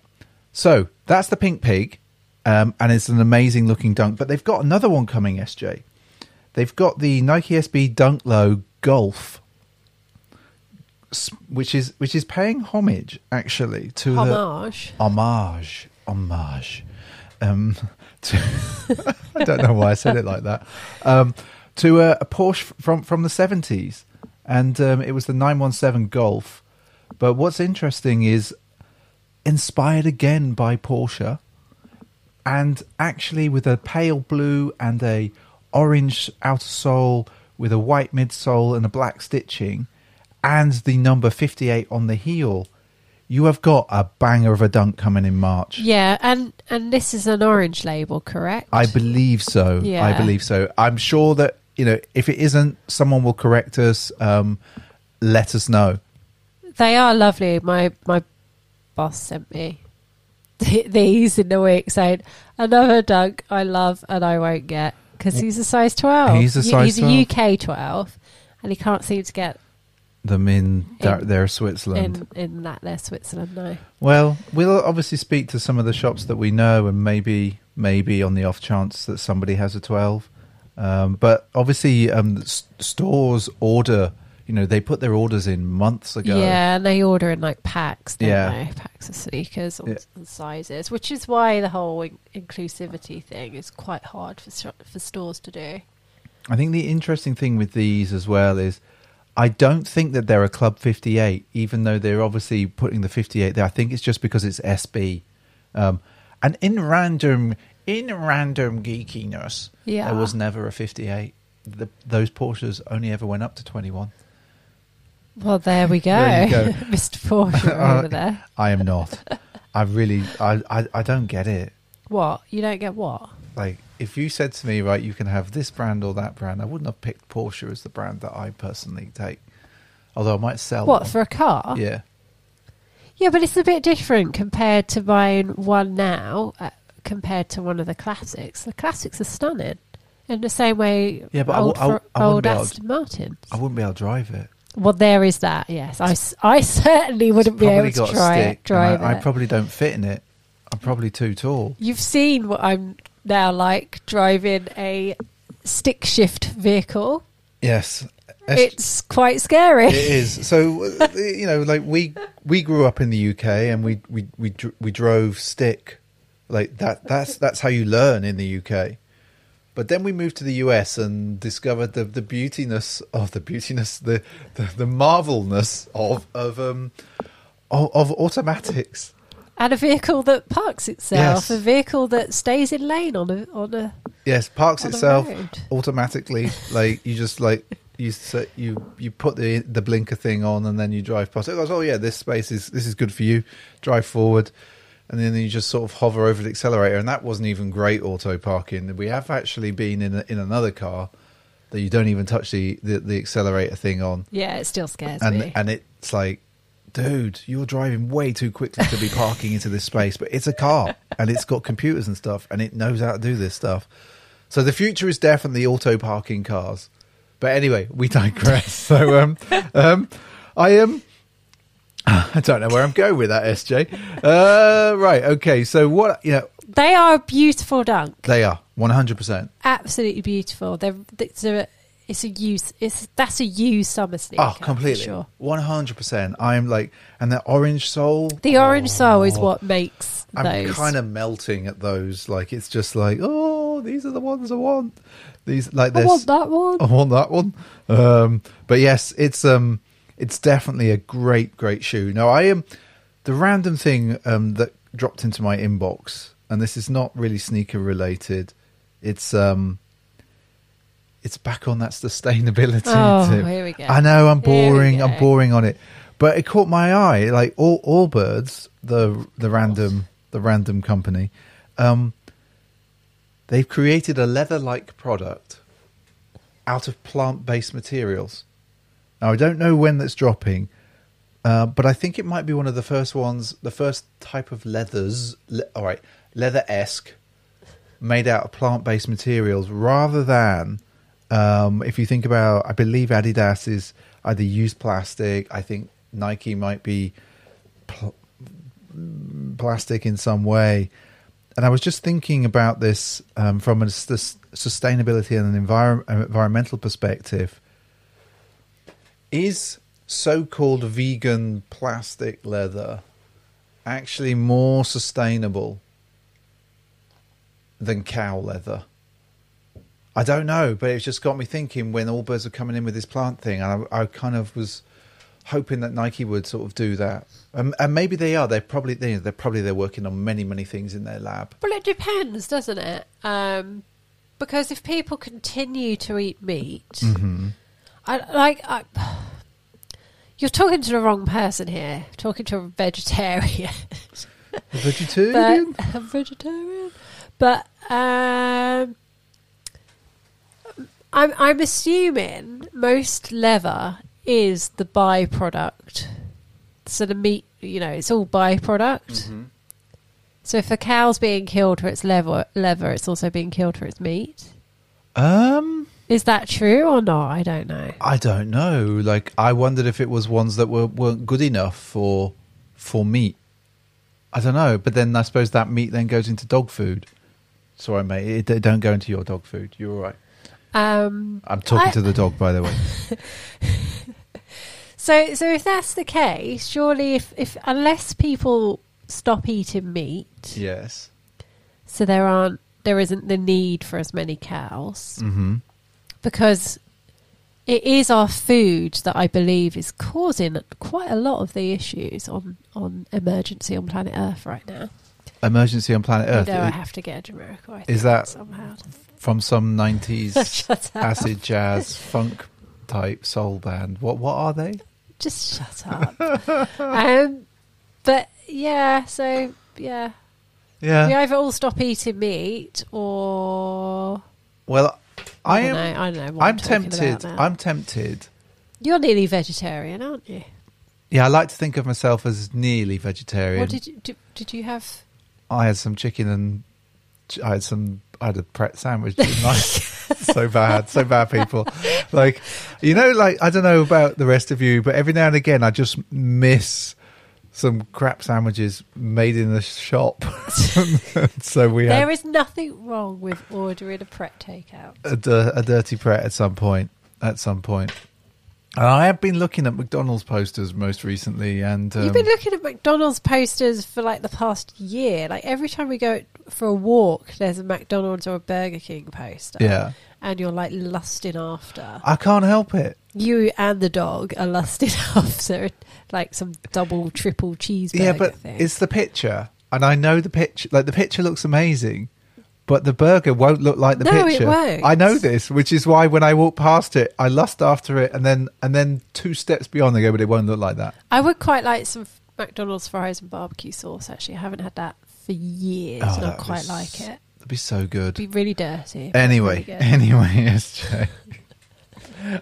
Speaker 2: so that's the pink pig, um, and it's an amazing looking dunk. But they've got another one coming, SJ. They've got the Nike SB Dunk Low Golf, s- which is which is paying homage actually to the
Speaker 3: Homage.
Speaker 2: homage, homage. Um, to, I don't know why I said it like that. Um, to a, a Porsche from from the seventies, and um, it was the nine one seven Golf. But what's interesting is inspired again by Porsche, and actually with a pale blue and a orange outer sole with a white midsole and a black stitching, and the number fifty eight on the heel. You have got a banger of a dunk coming in March.
Speaker 3: Yeah, and and this is an orange label, correct?
Speaker 2: I believe so. I
Speaker 3: Yeah.
Speaker 2: believe so. I'm sure that you know if it isn't, someone will correct us. Um, let us know.
Speaker 3: They are lovely. My my boss sent me these in the week saying another dunk I love and I won't get because he's a size twelve.
Speaker 2: He's a
Speaker 3: Y-
Speaker 2: size
Speaker 3: He's
Speaker 2: 12.
Speaker 3: a UK twelve, and he can't seem to get
Speaker 2: Them in there,
Speaker 3: In-
Speaker 2: there Switzerland.
Speaker 3: in in that there Switzerland. No,
Speaker 2: Well, we'll obviously speak to some of the shops that we know, and maybe maybe on the off chance that somebody has a twelve. Um, but obviously, um, s- stores order. You know, they put their orders in months ago.
Speaker 3: yeah, and they order in like packs. Don't
Speaker 2: Yeah.
Speaker 3: yeah, they? packs of sneakers on
Speaker 2: Yeah.
Speaker 3: and sizes, which is why the whole in- inclusivity thing is quite hard for s- for stores to do.
Speaker 2: I think the interesting thing with these as well is I don't think that they're a Club 58, even though they're obviously putting the 58 there. I think it's just because it's SB. Um, and in random, in random geekiness,
Speaker 3: Yeah.
Speaker 2: there was never a 58. The, those Porsches only ever went up to 21.
Speaker 3: Well, there we go,
Speaker 2: There you go.
Speaker 3: Mr. Porsche over there.
Speaker 2: I am not. I really, I, I, I don't get it.
Speaker 3: What you don't get? What?
Speaker 2: Like, if you said to me, right, you can have this brand or that brand, I wouldn't have picked Porsche as the brand that I personally take. Although I might sell
Speaker 3: What
Speaker 2: one.
Speaker 3: for a car?
Speaker 2: Yeah.
Speaker 3: Yeah, but it's a bit different compared to buying one now uh, compared to one of the classics. The classics are stunning in the same way.
Speaker 2: Yeah, but I
Speaker 3: old,
Speaker 2: w- I w-
Speaker 3: Fer-
Speaker 2: I wouldn't
Speaker 3: old
Speaker 2: be able to-
Speaker 3: Aston Martins.
Speaker 2: I wouldn't be able to drive it.
Speaker 3: well, there is that. Yes, I, s- I certainly wouldn't be able
Speaker 2: Probably
Speaker 3: to
Speaker 2: got
Speaker 3: try
Speaker 2: a
Speaker 3: it,
Speaker 2: stick. and
Speaker 3: drive
Speaker 2: I, I
Speaker 3: it.
Speaker 2: probably don't fit in it. I'm probably too tall.
Speaker 3: You've seen what I'm now like driving a stick shift vehicle.
Speaker 2: Yes,
Speaker 3: It's quite scary.
Speaker 2: it is. So uh, you know, like we we grew up in the UK and we we we dr- we drove stick. Like that. That's that's how you learn in the UK. But then we moved to the US and discovered the, the beautiness of the beautiness, the, the, the marvelness of of um of, of automatics.
Speaker 3: And a vehicle that parks itself,
Speaker 2: Yes.
Speaker 3: a vehicle that stays in lane on a on a
Speaker 2: Yes, parks
Speaker 3: On the
Speaker 2: itself
Speaker 3: road.
Speaker 2: automatically. Like you just like you set, you you put the the blinker thing on and then you drive past. It goes, oh yeah, this space is this is good for you. Drive forward, and then you just sort of hover over the accelerator. And that wasn't even great auto parking. We have actually been in a, in another car that you don't even touch the the, the accelerator thing on,
Speaker 3: yeah, it still scares
Speaker 2: and
Speaker 3: me.
Speaker 2: and it's like. Dude, you're driving way too quickly to be parking into this space, but it's a car and it's got computers and stuff and it knows how to do this stuff. So the future is definitely auto parking cars. But anyway, we digress. so um, um, I am. I don't know where I'm going with that, SJ. Uh, right, okay. So what? You know,
Speaker 3: they are a beautiful dunk.
Speaker 2: they are 100. percent
Speaker 3: absolutely beautiful. They're, it's a it's a use it's that's a you summer sneaker.
Speaker 2: Oh,
Speaker 3: for
Speaker 2: completely,
Speaker 3: sure.
Speaker 2: 100. percent I'm like, and the orange sole.
Speaker 3: The orange sole is what makes
Speaker 2: I'm
Speaker 3: those.
Speaker 2: kind of melting at those. Like it's just like, oh, these are the ones I want. These like
Speaker 3: I
Speaker 2: this. Oh.
Speaker 3: want that one.
Speaker 2: I want that one. Um, but yes, it's um, it's definitely a great, great shoe. Now I am the random thing um, that dropped into my inbox, and this is not really sneaker related. It's um, it's back on that sustainability.
Speaker 3: Oh,
Speaker 2: tip.
Speaker 3: here we go.
Speaker 2: I know I'm
Speaker 3: Here we
Speaker 2: boring. I'm
Speaker 3: go.
Speaker 2: boring on it, but it caught my eye. Like all, all birds, the the random the random company, um, they've created a leather like product out of plant based materials. Now I don't know when that's dropping, uh, but I think it might be one of the first ones, the first type of leathers. Le- all right, leather esque, made out of plant based materials, rather than um, if you think about, I believe Adidas is either used plastic. I think Nike might be pl- mm, plastic in some way. And I was just thinking about this um, from a s- s- sustainability and an envir- environmental perspective is so-called vegan plastic leather actually more sustainable than cow leather? I don't know, but it's just got me thinking when all birds were coming in with this plant thing, and I, I kind of was hoping that Nike would sort of do that, um, and maybe they are. They're probably they, they're probably they're working on many many things in their lab.
Speaker 3: Well, it depends, doesn't it? Um, because if people continue to eat meat,
Speaker 2: Mm-hmm.
Speaker 3: I like I, you're talking to the wrong person here. Talking to a vegetarian. but
Speaker 2: Vegetarian?
Speaker 3: I'm vegetarian. But um, I'm I'm assuming most leather is the byproduct. So the meat, you know, it's all byproduct. So if a cow's being killed for its leather, leather, it's also being killed for its meat.
Speaker 2: um,
Speaker 3: Is that true or not? I don't know.
Speaker 2: I don't know. Like I wondered if it was ones that were weren't good enough for for meat. I don't know, but then I suppose that meat then goes into dog food. Sorry, mate, it, it don't go into your dog food. You're all right.
Speaker 3: Um,
Speaker 2: I'm talking
Speaker 3: I-
Speaker 2: to the dog, by the way.
Speaker 3: So, so if that's the case, surely if, if unless people stop eating meat,
Speaker 2: yes.
Speaker 3: so there aren't there isn't the need for as many cows
Speaker 2: Mm. Mm-hmm.
Speaker 3: because it is our food that I believe is causing quite a lot of the issues on on emergency on planet Earth right now.
Speaker 2: Emergency on planet Earth
Speaker 3: you know, I
Speaker 2: it-
Speaker 3: have to get a Jamiroquai. I
Speaker 2: Is
Speaker 3: think,
Speaker 2: that-
Speaker 3: somehow?
Speaker 2: from some '90s
Speaker 3: Shut up.
Speaker 2: acid jazz funk type soul band. What what are they?
Speaker 3: Just shut up. um, but yeah, so yeah.
Speaker 2: Yeah.
Speaker 3: we either all stop eating meat or
Speaker 2: Well, I,
Speaker 3: I,
Speaker 2: am.
Speaker 3: don't know. I don't know. What
Speaker 2: I'm
Speaker 3: talking about
Speaker 2: tempted.
Speaker 3: now.
Speaker 2: I'm tempted.
Speaker 3: You're nearly vegetarian, aren't you?
Speaker 2: Yeah, I like to think of myself as nearly vegetarian.
Speaker 3: What did you did, did you have?
Speaker 2: I had some chicken and ch- I had some. I had a pret sandwich. Didn't I? so bad, so bad, people. Like, you know, like I don't know about the rest of you, but every now and again, I just miss some crap sandwiches made in the shop. so we had
Speaker 3: There is nothing wrong with ordering a Pret takeout.
Speaker 2: a, dir- a dirty pret at some point. At some point, And I have been looking at McDonald's posters most recently, and um,
Speaker 3: You've been looking at McDonald's posters for like the past year. Like every time we go for a walk, there's a McDonald's or a Burger King poster.
Speaker 2: yeah,
Speaker 3: And you're like lusting after.
Speaker 2: I can't help it.
Speaker 3: You and the dog are lusting after like some double, triple cheeseburger
Speaker 2: yeah, but
Speaker 3: thing.
Speaker 2: it's the picture, and I know the picture. Like the picture looks amazing, but the burger won't look like the
Speaker 3: No, it
Speaker 2: picture.
Speaker 3: won't.
Speaker 2: I know this, which is why when I walk past it, I lust after it, and then and then two steps beyond, I go, but it won't look like that.
Speaker 3: I would quite like some f- McDonald's fries and barbecue sauce, actually. I haven't had that for years, and I
Speaker 2: that'd be
Speaker 3: quite
Speaker 2: s-
Speaker 3: like it.
Speaker 2: That'd be so good.
Speaker 3: It'd be really dirty. but
Speaker 2: anyway,
Speaker 3: really good.
Speaker 2: anyway, SJ.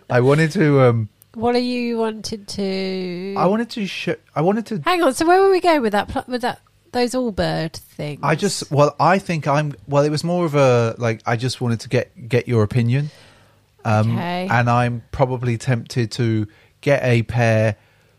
Speaker 2: I wanted to. um
Speaker 3: what are you wanting to?
Speaker 2: I wanted to. Sh- I wanted to.
Speaker 3: Hang on. So where were we going with that? pl- With that, those all bird things.
Speaker 2: I just. Well, I think I'm. Well, it was more of a like. I just wanted to get get your opinion. Um,
Speaker 3: Okay.
Speaker 2: And I'm probably tempted to get a pair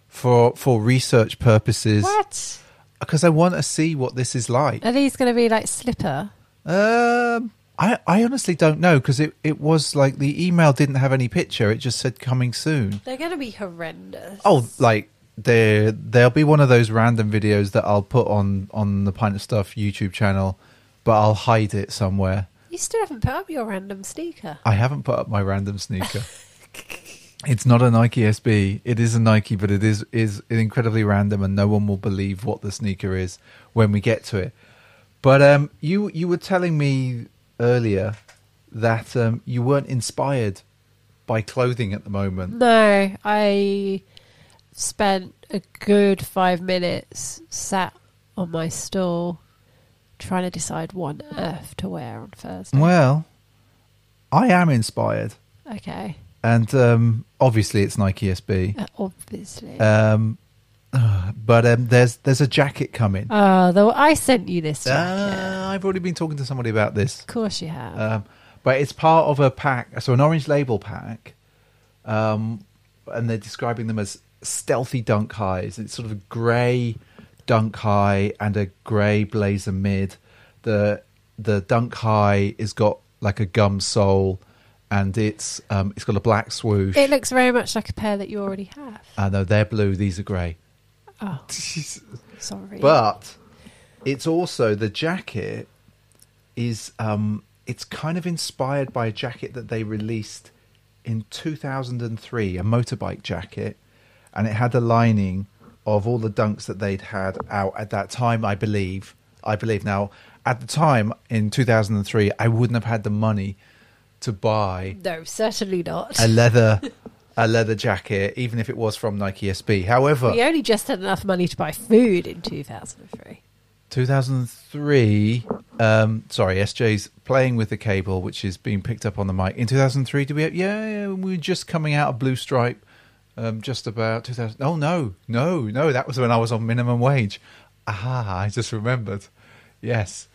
Speaker 2: for for research purposes
Speaker 3: what
Speaker 2: because I want to see what this is like.
Speaker 3: are these going to be like slipper?
Speaker 2: Um, I I honestly don't know because it it was like the email didn't have any picture. It just said coming soon.
Speaker 3: They're going to be horrendous.
Speaker 2: Oh, like there there'll be one of those random videos that I'll put on on the Pint of Stuff YouTube channel, but I'll hide it somewhere.
Speaker 3: You still haven't put up your random sneaker.
Speaker 2: I haven't put up my random sneaker. it's not a Nike SB. It is a Nike, but it is is incredibly random, and no one will believe what the sneaker is when we get to it. But um, you you were telling me earlier that um, you weren't inspired by clothing at the moment.
Speaker 3: No, I spent a good five minutes sat on my stool trying to decide what on earth to wear on Thursday.
Speaker 2: Well, I am inspired.
Speaker 3: Okay,
Speaker 2: and um, obviously it's Nike SB.
Speaker 3: uh, obviously.
Speaker 2: Um, uh, but um, there's there's a jacket coming.
Speaker 3: oh, though I sent you this jacket.
Speaker 2: Uh, I've already been talking to somebody about this,
Speaker 3: of course you have.
Speaker 2: um, but it's part of a pack. So an orange label pack, um, and they're describing them as stealthy dunk highs. It's sort of a grey dunk high and a grey blazer mid. The the dunk high has got like a gum sole, and it's um, it's got a black swoosh.
Speaker 3: it looks very much like a pair that you already have.
Speaker 2: Uh, no, they're blue. These are grey.
Speaker 3: Oh, sorry.
Speaker 2: But it's also the jacket is um, it's kind of inspired by a jacket that they released in 2003, a motorbike jacket, and it had a lining of all the dunks that they'd had out at that time. I believe. I believe now. At the time in 2003, I wouldn't have had the money to buy
Speaker 3: no, certainly not.
Speaker 2: a leather. A leather jacket, even if it was from Nike SB. However,
Speaker 3: we only just had enough money to buy food in 2003.
Speaker 2: 2003 um sorry sj's playing with the cable which is being picked up on the mic in 2003 did we have, yeah, yeah we were just coming out of blue stripe um just about 2000 oh no no no that was when i was on minimum wage ah i just remembered yes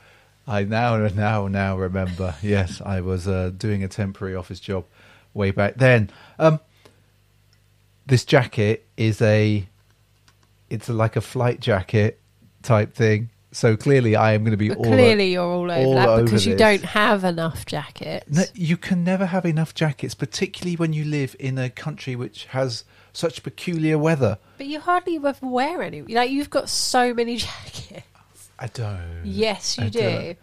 Speaker 2: i now now now remember yes i was uh, doing a temporary office job way back then um this jacket is a it's like a flight jacket type thing. So clearly, I am going to be
Speaker 3: But
Speaker 2: all o-
Speaker 3: clearly, you're all over
Speaker 2: all
Speaker 3: that
Speaker 2: over
Speaker 3: because you
Speaker 2: this.
Speaker 3: don't have enough jackets.
Speaker 2: No, you can never have enough jackets, particularly when you live in a country which has such peculiar weather.
Speaker 3: But you hardly ever wear any. Like you've got so many jackets.
Speaker 2: I don't.
Speaker 3: Yes, you
Speaker 2: Mm. I
Speaker 3: do.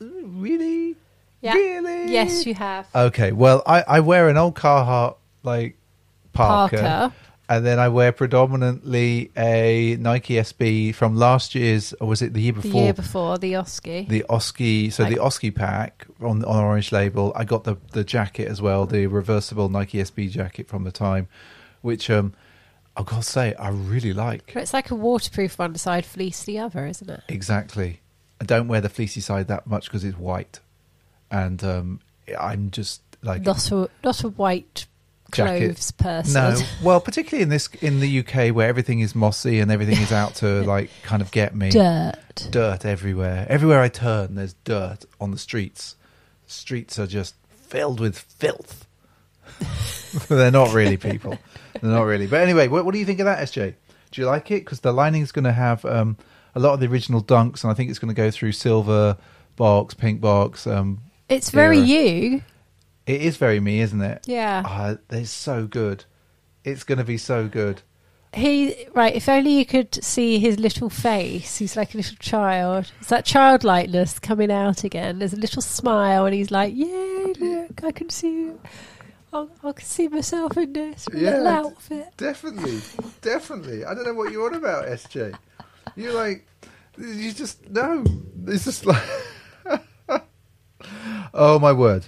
Speaker 2: don't. Really?
Speaker 3: Yeah.
Speaker 2: Really? Uh,
Speaker 3: Yes, you have.
Speaker 2: Okay. Well, I, I wear an old Carhartt like Parker,
Speaker 3: Parker.
Speaker 2: and then I wear predominantly a Nike SB from last year's, or was it the year
Speaker 3: the
Speaker 2: before?
Speaker 3: year before the Oski.
Speaker 2: the Oski, so the Oski pack on on orange label. I got the the jacket as well, the reversible Nike SB jacket from the time, which um, I gotta say I really like.
Speaker 3: it's like a waterproof one side, fleece the other, isn't it?
Speaker 2: Exactly, I don't wear the fleecy side that much because it's white, and um, I'm just like
Speaker 3: Not a not a white
Speaker 2: Jacket.
Speaker 3: clothes person.
Speaker 2: no. Well, particularly in this in the UK where everything is mossy and everything is out to like kind of get me.
Speaker 3: Dirt.
Speaker 2: dirt everywhere. Everywhere I turn, there's dirt on the streets. Streets are just filled with filth. They're not really people. They're not really. But anyway, what, what do you think of that, SJ? Do you like it? Because the lining's going to have um, a lot of the original dunks, and I think it's going to go through silver box, pink box. Um,
Speaker 3: It's very
Speaker 2: era.
Speaker 3: you.
Speaker 2: It is very me, isn't it?
Speaker 3: Yeah.
Speaker 2: Ah, they're so good. It's going to be so good.
Speaker 3: He right. If only you could see his little face. He's like a little child. It's that childlikeness coming out again. There's a little smile, and he's like, "Yay! Look, I can see. You. I, I can see myself in this
Speaker 2: Yeah.
Speaker 3: little outfit."
Speaker 2: Definitely, definitely. I don't know what you're on about, SJ. You're like, you just no. It's just like, oh my word,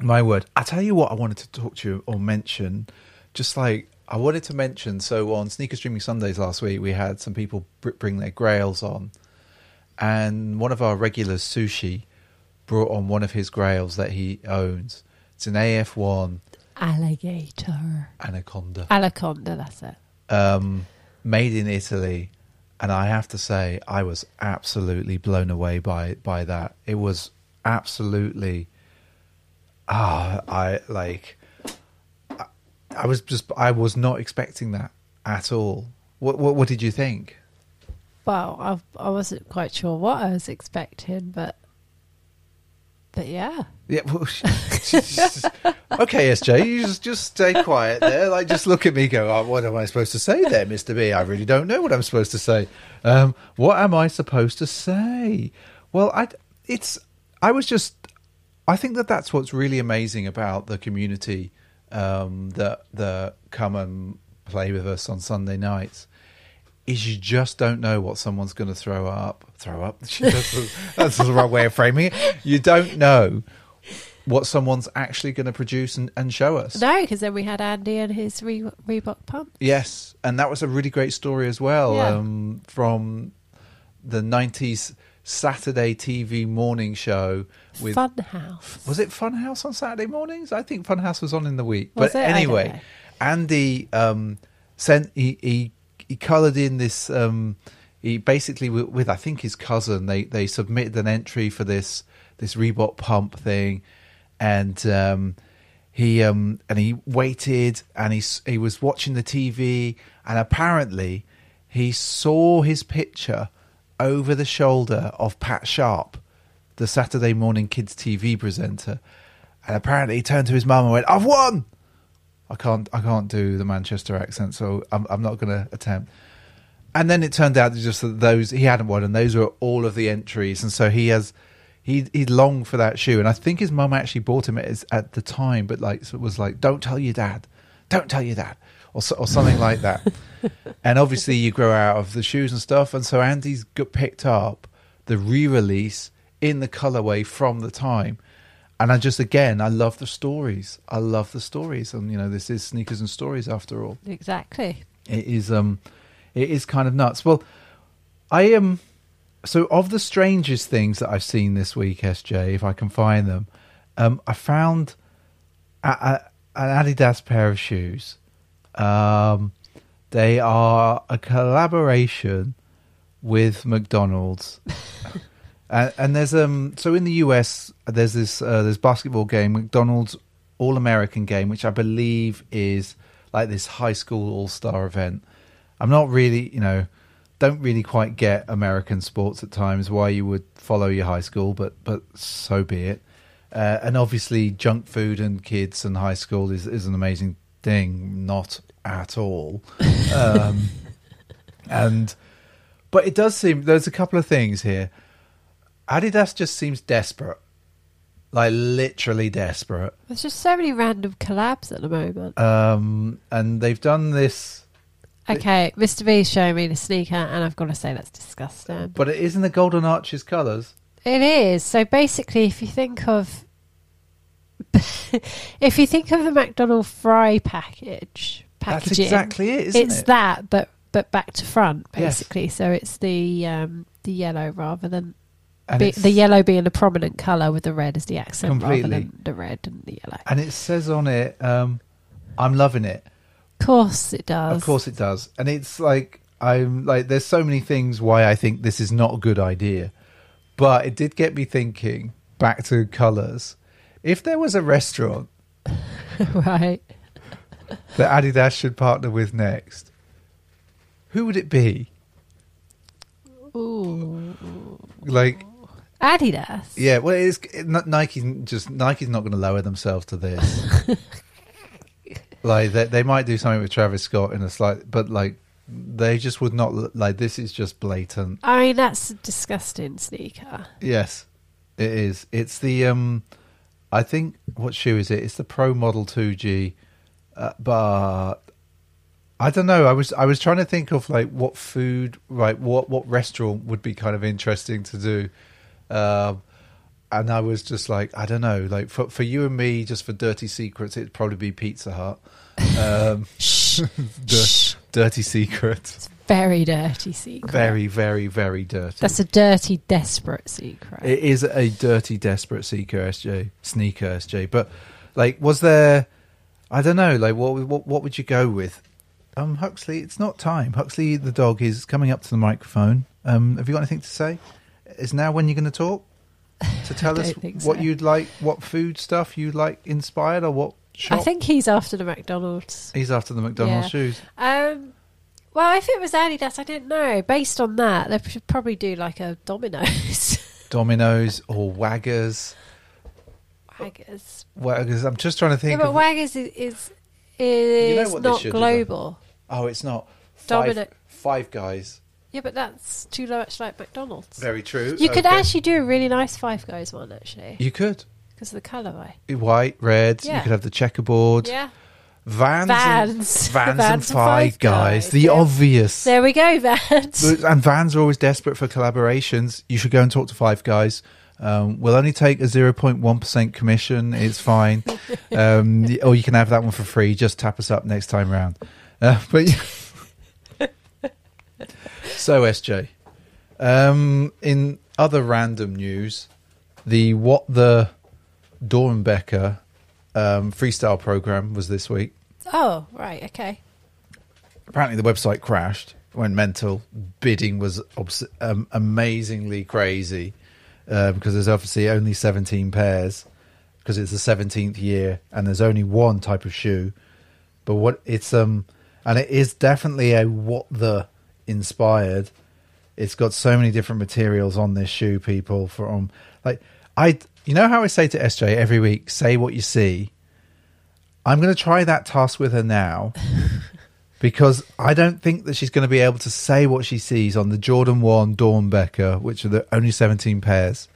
Speaker 2: my word. I tell you what, I wanted to talk to you or mention, just like I wanted to mention. So on Sneaker Streaming Sundays last week, we had some people br- bring their grails on, and one of our regulars, Sushi, brought on one of his grails that he owns. It's an AF1
Speaker 3: Alligator,
Speaker 2: Anaconda
Speaker 3: alaconda. That's it.
Speaker 2: um, made in Italy, and I have to say I was absolutely blown away by by that. It was absolutely ah, I like I, I was just I was not expecting that at all. What what, what did you think?
Speaker 3: Well, I, I wasn't quite sure what I was expecting, but but yeah.
Speaker 2: Yeah. well, okay, SJ, you just just stay quiet there. Like, just look at me. Go. Oh, what am I supposed to say there, Mister B? I really don't know what I'm supposed to say. Um, what am I supposed to say? Well, I it's I was just I think that that's what's really amazing about the community um, that that come and play with us on Sunday nights is you just don't know what someone's going to throw up. Throw up. that's, the- that's the wrong way of framing it. You don't know what someone's actually going to produce and, and show us.
Speaker 3: No, because then we had Andy and his Re- Reebok pump.
Speaker 2: Yes, and that was a really great story as well
Speaker 3: Yeah.
Speaker 2: um, from the '90s Saturday TV morning show with
Speaker 3: Funhouse.
Speaker 2: was it Funhouse on Saturday mornings? I think Funhouse was on in the week.
Speaker 3: Was
Speaker 2: but
Speaker 3: it? I don't know.
Speaker 2: anyway, Andy um, sent he he, he coloured in this. Um, he basically with, with I think his cousin they they submitted an entry for this this Reebok pump thing, and um, he um, and he waited and he s- he was watching the TV and apparently he saw his picture over the shoulder of Pat Sharp the Saturday morning kids TV presenter, and apparently he turned to his mum and went, "I've won." I can't, I can't do the Manchester accent, so I'm, I'm not going to attempt. And then it turned out just that those he hadn't won, and those were all of the entries, and so he has, he he longed for that shoe, and I think his mum actually bought him at, his, at the time, but like so it was like, "Don't tell your dad, don't tell your dad." Or, so, or something like that, and obviously you grow out of the shoes and stuff, and so Andy's got picked up the re-release in the colorway from the time and i just again i love the stories i love the stories and you know this is sneakers and stories after all
Speaker 3: Exactly.
Speaker 2: it is um it is kind of nuts well i am so of the strangest things that i've seen this week sj if i can find them um i found a, a, an adidas pair of shoes um they are a collaboration with mcdonald's and, and there's um so in the us there's this uh, there's basketball game mcdonald's all american game which i believe is like this high school all-star event i'm not really you know don't really quite get american sports at times why you would follow your high school but but so be it uh, and obviously junk food and kids and high school is, is an amazing thing not at all um, and but it does seem there's a couple of things here Adidas just seems desperate, like literally desperate.
Speaker 3: There's just so many random collabs at the moment.
Speaker 2: Um, and they've done this,
Speaker 3: okay, Mr. B's showing me the sneaker, and I've got to say that's disgusting.
Speaker 2: but it isn't the Golden Arches colours.
Speaker 3: It is. So basically, if you think of if you think of the McDonald's fry package packaging,
Speaker 2: That's exactly it, isn't
Speaker 3: it's
Speaker 2: it?
Speaker 3: that, but but back to front
Speaker 2: Yes.
Speaker 3: basically. So it's the um, the yellow rather than
Speaker 2: and
Speaker 3: be,
Speaker 2: it's-
Speaker 3: the yellow being the prominent color with the red as the accent rather
Speaker 2: Completely.
Speaker 3: than the red and the yellow.
Speaker 2: And it says on it, um, "I'm loving it."
Speaker 3: Of course it does.
Speaker 2: Of course it does. And it's like I'm like there's so many things why I think this is not a good idea. But it did get me thinking back to colours. If there was a restaurant
Speaker 3: right.
Speaker 2: that Adidas should partner with next, who would it be?
Speaker 3: Ooh.
Speaker 2: Like
Speaker 3: Adidas.
Speaker 2: Yeah, well, it's it, Nike's just Nike's not going to lower themselves to this. like they, they might do something with Travis Scott in a slight, but like they just would not l- like this is just blatant.
Speaker 3: I mean, that's a disgusting sneaker.
Speaker 2: Yes, it is. It's the um, I think what shoe is it? It's the Pro Model Two G, uh, but I don't know. I was I was trying to think of like what food, right? What what restaurant would be kind of interesting to do, um, and I was just like I don't know. Like for for you and me, just for dirty secrets, it'd probably be Pizza Hut. Um,
Speaker 3: Shh,
Speaker 2: dir- dirty secret,
Speaker 3: it's very dirty secret.
Speaker 2: very very very dirty.
Speaker 3: That's a dirty, desperate secret.
Speaker 2: It is a dirty, desperate seeker SJ sneaker SJ. But like, was there? I don't know. Like, what what what would you go with? Um, Huxley, it's not time. Huxley, the dog, is coming up to the microphone. Um, have you got anything to say? Is now when you're going to talk to tell us
Speaker 3: don't think
Speaker 2: what
Speaker 3: so.
Speaker 2: you'd like, what food stuff you'd like inspired, or what shop?
Speaker 3: I think he's after the McDonald's.
Speaker 2: he's after the McDonald's
Speaker 3: Yeah.
Speaker 2: shoes.
Speaker 3: Um, well, if it was Adidas, I don't know. Based on that, they should probably do like a Domino's.
Speaker 2: Domino's or Waggers.
Speaker 3: Waggers.
Speaker 2: Waggers. I'm just trying to
Speaker 3: Yeah,
Speaker 2: think.
Speaker 3: but
Speaker 2: of,
Speaker 3: Waggers is is, is
Speaker 2: You know what they
Speaker 3: not
Speaker 2: should do, though?
Speaker 3: global.
Speaker 2: oh, it's not.
Speaker 3: Domino-
Speaker 2: Five, five guys.
Speaker 3: Yeah, but that's too much like McDonald's.
Speaker 2: Very true.
Speaker 3: you could
Speaker 2: Okay.
Speaker 3: actually do a really nice Five Guys one actually
Speaker 2: You could.
Speaker 3: because of the colourway.
Speaker 2: White, red, you
Speaker 3: Yeah.
Speaker 2: could have the checkerboard.
Speaker 3: Yeah,
Speaker 2: Vans,
Speaker 3: Vans.
Speaker 2: And, vans, and
Speaker 3: Vans and
Speaker 2: Five,
Speaker 3: Five
Speaker 2: guys,
Speaker 3: Guys,
Speaker 2: the
Speaker 3: yeah.
Speaker 2: obvious.
Speaker 3: there we go, Vance.
Speaker 2: But- and Vans are always desperate for collaborations. You should go and talk to Five Guys. Um, we'll only take a 0.1% commission. It's fine. um, y- or you can have that one for free. Just tap us up next time round. Uh, but So, SJ, um, in other random news, the What the Dornbecker um, freestyle program was this week.
Speaker 3: Oh, right, okay.
Speaker 2: Apparently, the website crashed, went mental. Bidding was obs- um, amazingly crazy um, because there's obviously only 17 pairs because it's the 17th year and there's only one type of shoe. But what it's um, and it is definitely a what the inspired. It's got so many different materials on this shoe, people. From like I, you know how I say to SJ every week, say what you see. I'm going to try that task with her now because I don't think that she's going to be able to say what she sees on the Jordan 1 Dornbecker, which are the only 17 pairs.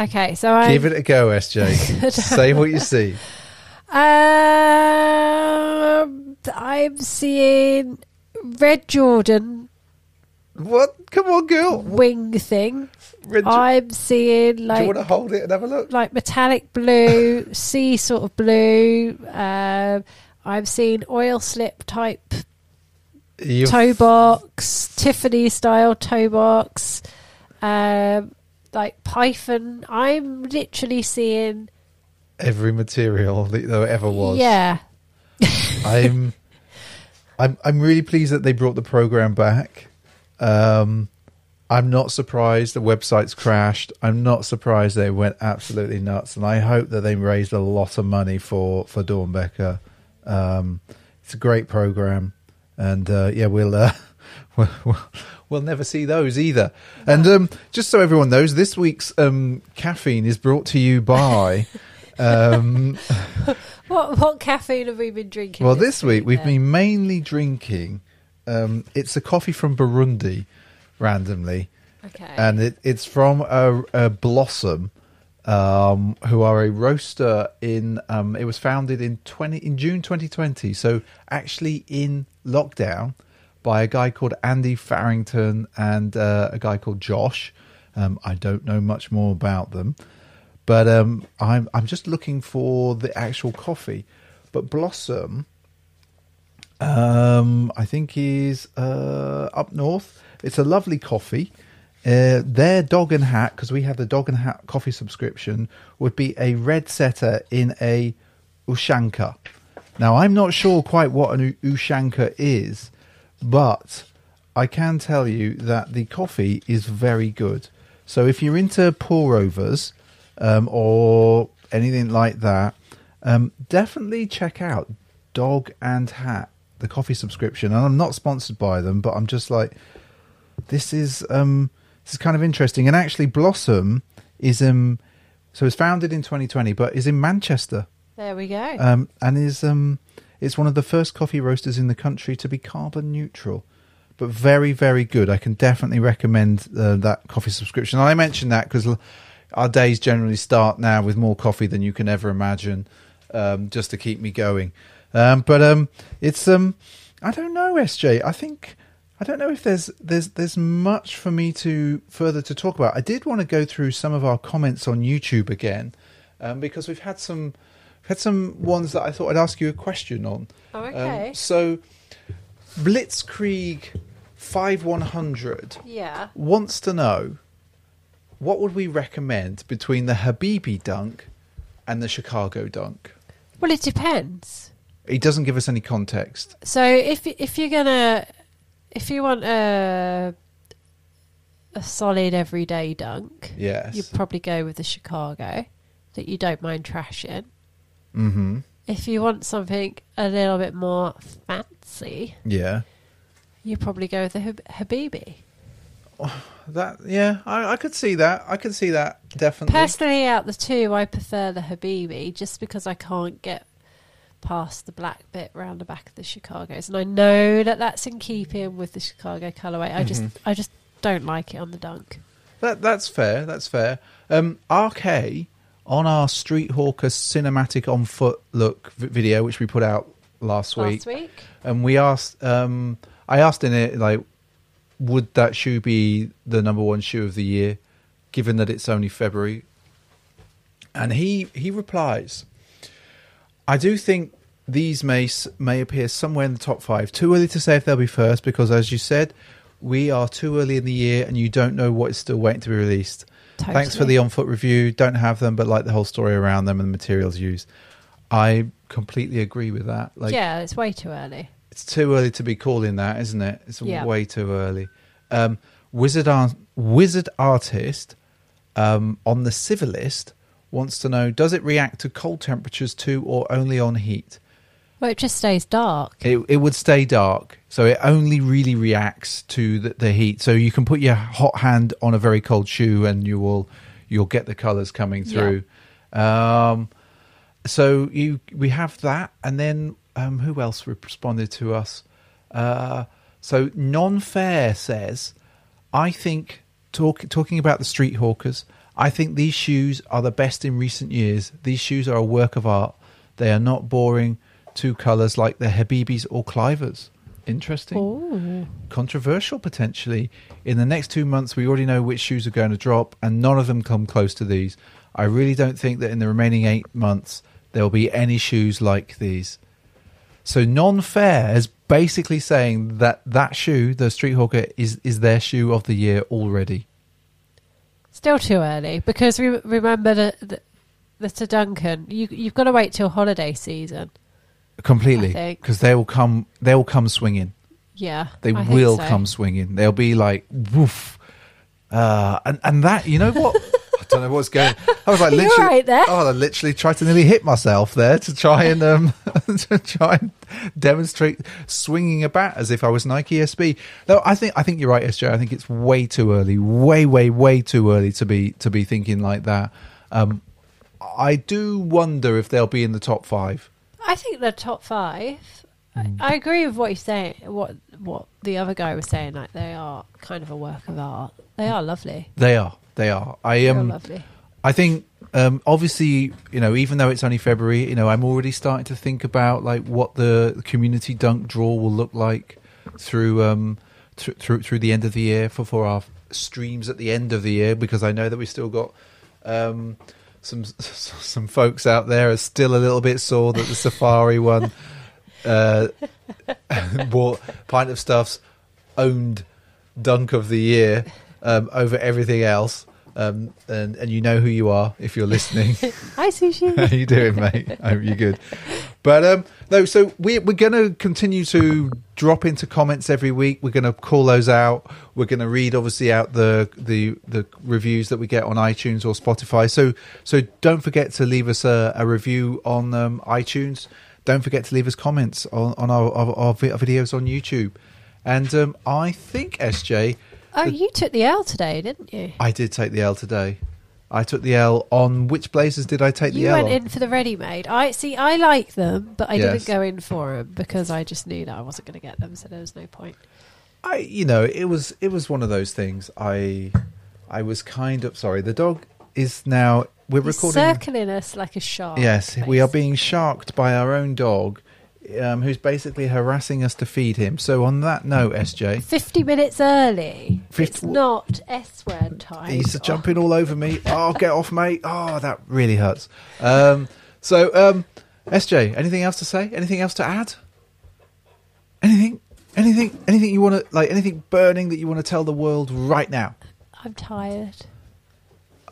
Speaker 3: Okay, so I
Speaker 2: Give it a go, SJ. say what you see.
Speaker 3: Um, I'm seeing red Jordan
Speaker 2: What? Come on, girl.
Speaker 3: wing thing.
Speaker 2: Rid-
Speaker 3: I'm seeing
Speaker 2: do you
Speaker 3: like
Speaker 2: want to hold it and have a look?
Speaker 3: like metallic blue, sea sort of blue. Um, I'm seeing oil slip type
Speaker 2: You
Speaker 3: toe box, Tiffany style toe box, um, like python. I'm literally seeing
Speaker 2: every material that there ever was.
Speaker 3: yeah.
Speaker 2: I'm I'm I'm really pleased that they brought the program back. Um I'm not surprised the website's crashed. I'm not surprised they went absolutely nuts, and I hope that they raised a lot of money for for Dornbecker. Um, it's a great program, and uh, yeah, we'll, uh, we'll we'll- we'll never see those either. And um, just so everyone knows, this week's um, caffeine is brought to you by. Um,
Speaker 3: What what caffeine have we been drinking?
Speaker 2: well, this week we've
Speaker 3: then?
Speaker 2: been mainly drinking. Um, it's a coffee from Burundi, randomly,
Speaker 3: okay.
Speaker 2: and it, it's from a, a Blossom, um, who are a roaster in. Um, it was founded in twenty in June 2020, so actually in lockdown, by a guy called Andy Farrington and uh, a guy called Josh. Um, I don't know much more about them, but um, I'm I'm just looking for the actual coffee. But Blossom, um, I think is uh, up north. It's a lovely coffee. Uh, their dog and hat, because we have the dog and hat coffee subscription, would be a red setter in a ushanka. Now I'm not sure quite what an u- ushanka is, but I can tell you that the coffee is very good. So if you're into pour overs um, or anything like that, um, definitely check out Dog and Hat, the coffee subscription. And I'm not sponsored by them, but I'm just like, this is um this is kind of interesting and actually blossom is um so it's founded in 2020 but is in manchester
Speaker 3: There we go.
Speaker 2: um, and is um, it's one of the first coffee roasters in the country to be carbon neutral, but very very good. I can definitely recommend uh, that coffee subscription. I mention that because our days generally start now with more coffee than you can ever imagine, um, just to keep me going. Um, but um, it's um, I don't know, SJ. I think. I don't know if there's there's there's much for me to further to talk about. I did want to go through some of our comments on YouTube again, um, because we've had some we've had some ones that I thought I'd ask you a question on. Um,
Speaker 3: Oh, okay.
Speaker 2: so Blitzkrieg five one hundred
Speaker 3: yeah.
Speaker 2: wants to know what would we recommend between the Habibi dunk and the Chicago dunk.
Speaker 3: Well, it depends.
Speaker 2: He doesn't give us any context.
Speaker 3: So if if you're gonna if you want a a solid everyday dunk,
Speaker 2: Yes.
Speaker 3: you'd probably go with the Chicago that you don't mind trashing.
Speaker 2: Mm-hmm.
Speaker 3: If you want something a little bit more fancy,
Speaker 2: Yeah.
Speaker 3: you probably go with the Hab- Habibi.
Speaker 2: That yeah, I, I could see that. I could see that definitely.
Speaker 3: Personally, out the two, I prefer the Habibi just because I can't get past the black bit round the back of the Chicago's, and I know that that's in keeping with the Chicago colorway. I just,
Speaker 2: Mm-hmm.
Speaker 3: I just don't like it on the dunk.
Speaker 2: That that's fair. That's fair. Um, RK on our Street Hawker cinematic on foot look v- video, which we put out last week,
Speaker 3: Last week,
Speaker 2: and we asked. Um, I asked in it like, would that shoe be the number one shoe of the year, given that it's only February? And he he replies, I do think these may may appear somewhere in the top five. Too early to say if they'll be first because, as you said, we are too early in the year and you don't know what is still waiting to be released. Thanks for
Speaker 3: Totally.
Speaker 2: the on foot review. Don't have them, but like the whole story around them and the materials used. I completely agree with that. Like,
Speaker 3: yeah, it's way too early.
Speaker 2: it's too early to be calling that, isn't it? It's
Speaker 3: Yeah.
Speaker 2: way too early. Um, wizard ar- wizard artist um, on the civilist wants to know: Does it react to cold temperatures too, or only on heat?
Speaker 3: Well, it just stays dark.
Speaker 2: It, it would stay dark, so it only really reacts to the, the heat. So you can put your hot hand on a very cold shoe, and you will you'll get the colours coming
Speaker 3: Yeah.
Speaker 2: through. Um, so you we have that, and then um, who else responded to us? Uh, so non fair says, I think talk, talking about the street hawkers. I think these shoes are the best in recent years. These shoes are a work of art. They are not boring two colours like the Habibis or Clivers. Interesting
Speaker 3: Ooh.
Speaker 2: controversial potentially. In the next two months, we already know which shoes are going to drop, and none of them come close to these. I really don't think that in the remaining eight months there will be any shoes like these. So non-fair is basically saying that that shoe, the Street Hawker, is is their shoe of the year already.
Speaker 3: Still too early because re- remember that the, the to Duncan, you you've got to wait till holiday season. I
Speaker 2: Completely,
Speaker 3: think-
Speaker 2: because they will come. They will come swinging.
Speaker 3: Yeah,
Speaker 2: They
Speaker 3: I think
Speaker 2: will
Speaker 3: so.
Speaker 2: come swinging. They'll be like woof, uh, and and that you know what? I don't know what's going. I was like
Speaker 3: You
Speaker 2: literally.
Speaker 3: alright there?
Speaker 2: Oh, I literally tried to nearly hit myself there to try and um to try and demonstrate swinging a bat as if I was Nike SB. No, I think I think you're right, SJ. I think it's way too early, way way way too early to be to be thinking like that. Um, I do wonder if they'll be in the top five.
Speaker 3: I think the top five. I, I agree with what you're saying. What what the other guy was saying, like they are kind of a work of art. They are lovely.
Speaker 2: They are. They are. I
Speaker 3: They're
Speaker 2: am.
Speaker 3: lovely.
Speaker 2: I think um, obviously you know even though it's only February, you know I'm already starting to think about like what the community dunk draw will look like through um, thr- through through the end of the year for for our streams at the end of the year because I know that we still got um, some some folks out there are still a little bit sore that the safari one uh, bought pint of stuff's owned dunk of the year um, over everything else. Um, and, and you know who you are if you're listening.
Speaker 3: Hi,
Speaker 2: How
Speaker 3: sushi.
Speaker 2: you doing, mate? I hope you're good. But um, no, so we, we're going to continue to drop into comments every week. We're going to call those out. We're going to read, obviously, out the, the the reviews that we get on iTunes or Spotify. So so don't forget to leave us a, a review on um, iTunes. Don't forget to leave us comments on, on our, our, our vi- videos on YouTube. And um, I think SJ,
Speaker 3: oh, you took the L today, didn't you?
Speaker 2: I did take the L today. I took the L on which blazers did I take
Speaker 3: You
Speaker 2: the L?
Speaker 3: went
Speaker 2: on?
Speaker 3: in for the ready-made. I see. I like them, but I
Speaker 2: Yes.
Speaker 3: didn't go in for them because I just knew that I wasn't going to get them, so there was no point.
Speaker 2: I you know it was it was one of those things. I I was kind of sorry. The dog is now we're
Speaker 3: He's
Speaker 2: recording.
Speaker 3: circling us like a shark.
Speaker 2: Yes, we are
Speaker 3: basically.
Speaker 2: being sharked by our own dog, um, who's basically harassing us to feed him. So on that note, SJ,
Speaker 3: 50 minutes early.
Speaker 2: Fifty-
Speaker 3: It's not S word time.
Speaker 2: he's jumping all over me. Oh, get off, mate! Oh, that really hurts. Um, so um, SJ, anything else to say? Anything else to add? Anything? Anything? Anything you want to like? Anything burning that you want to tell the world right now?
Speaker 3: I'm tired.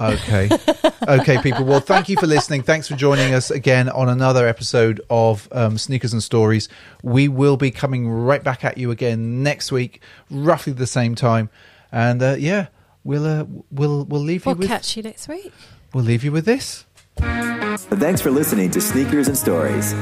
Speaker 2: Okay. okay, people. Well, thank you for listening. Thanks for joining us again on another episode of um, Sneakers and Stories. We will be coming right back at you again next week, roughly the same time. And uh, yeah, we'll uh, we'll we'll leave you
Speaker 3: We'll
Speaker 2: with
Speaker 3: catch you next week.
Speaker 2: we'll leave you with this.
Speaker 1: Thanks for listening to Sneakers and Stories.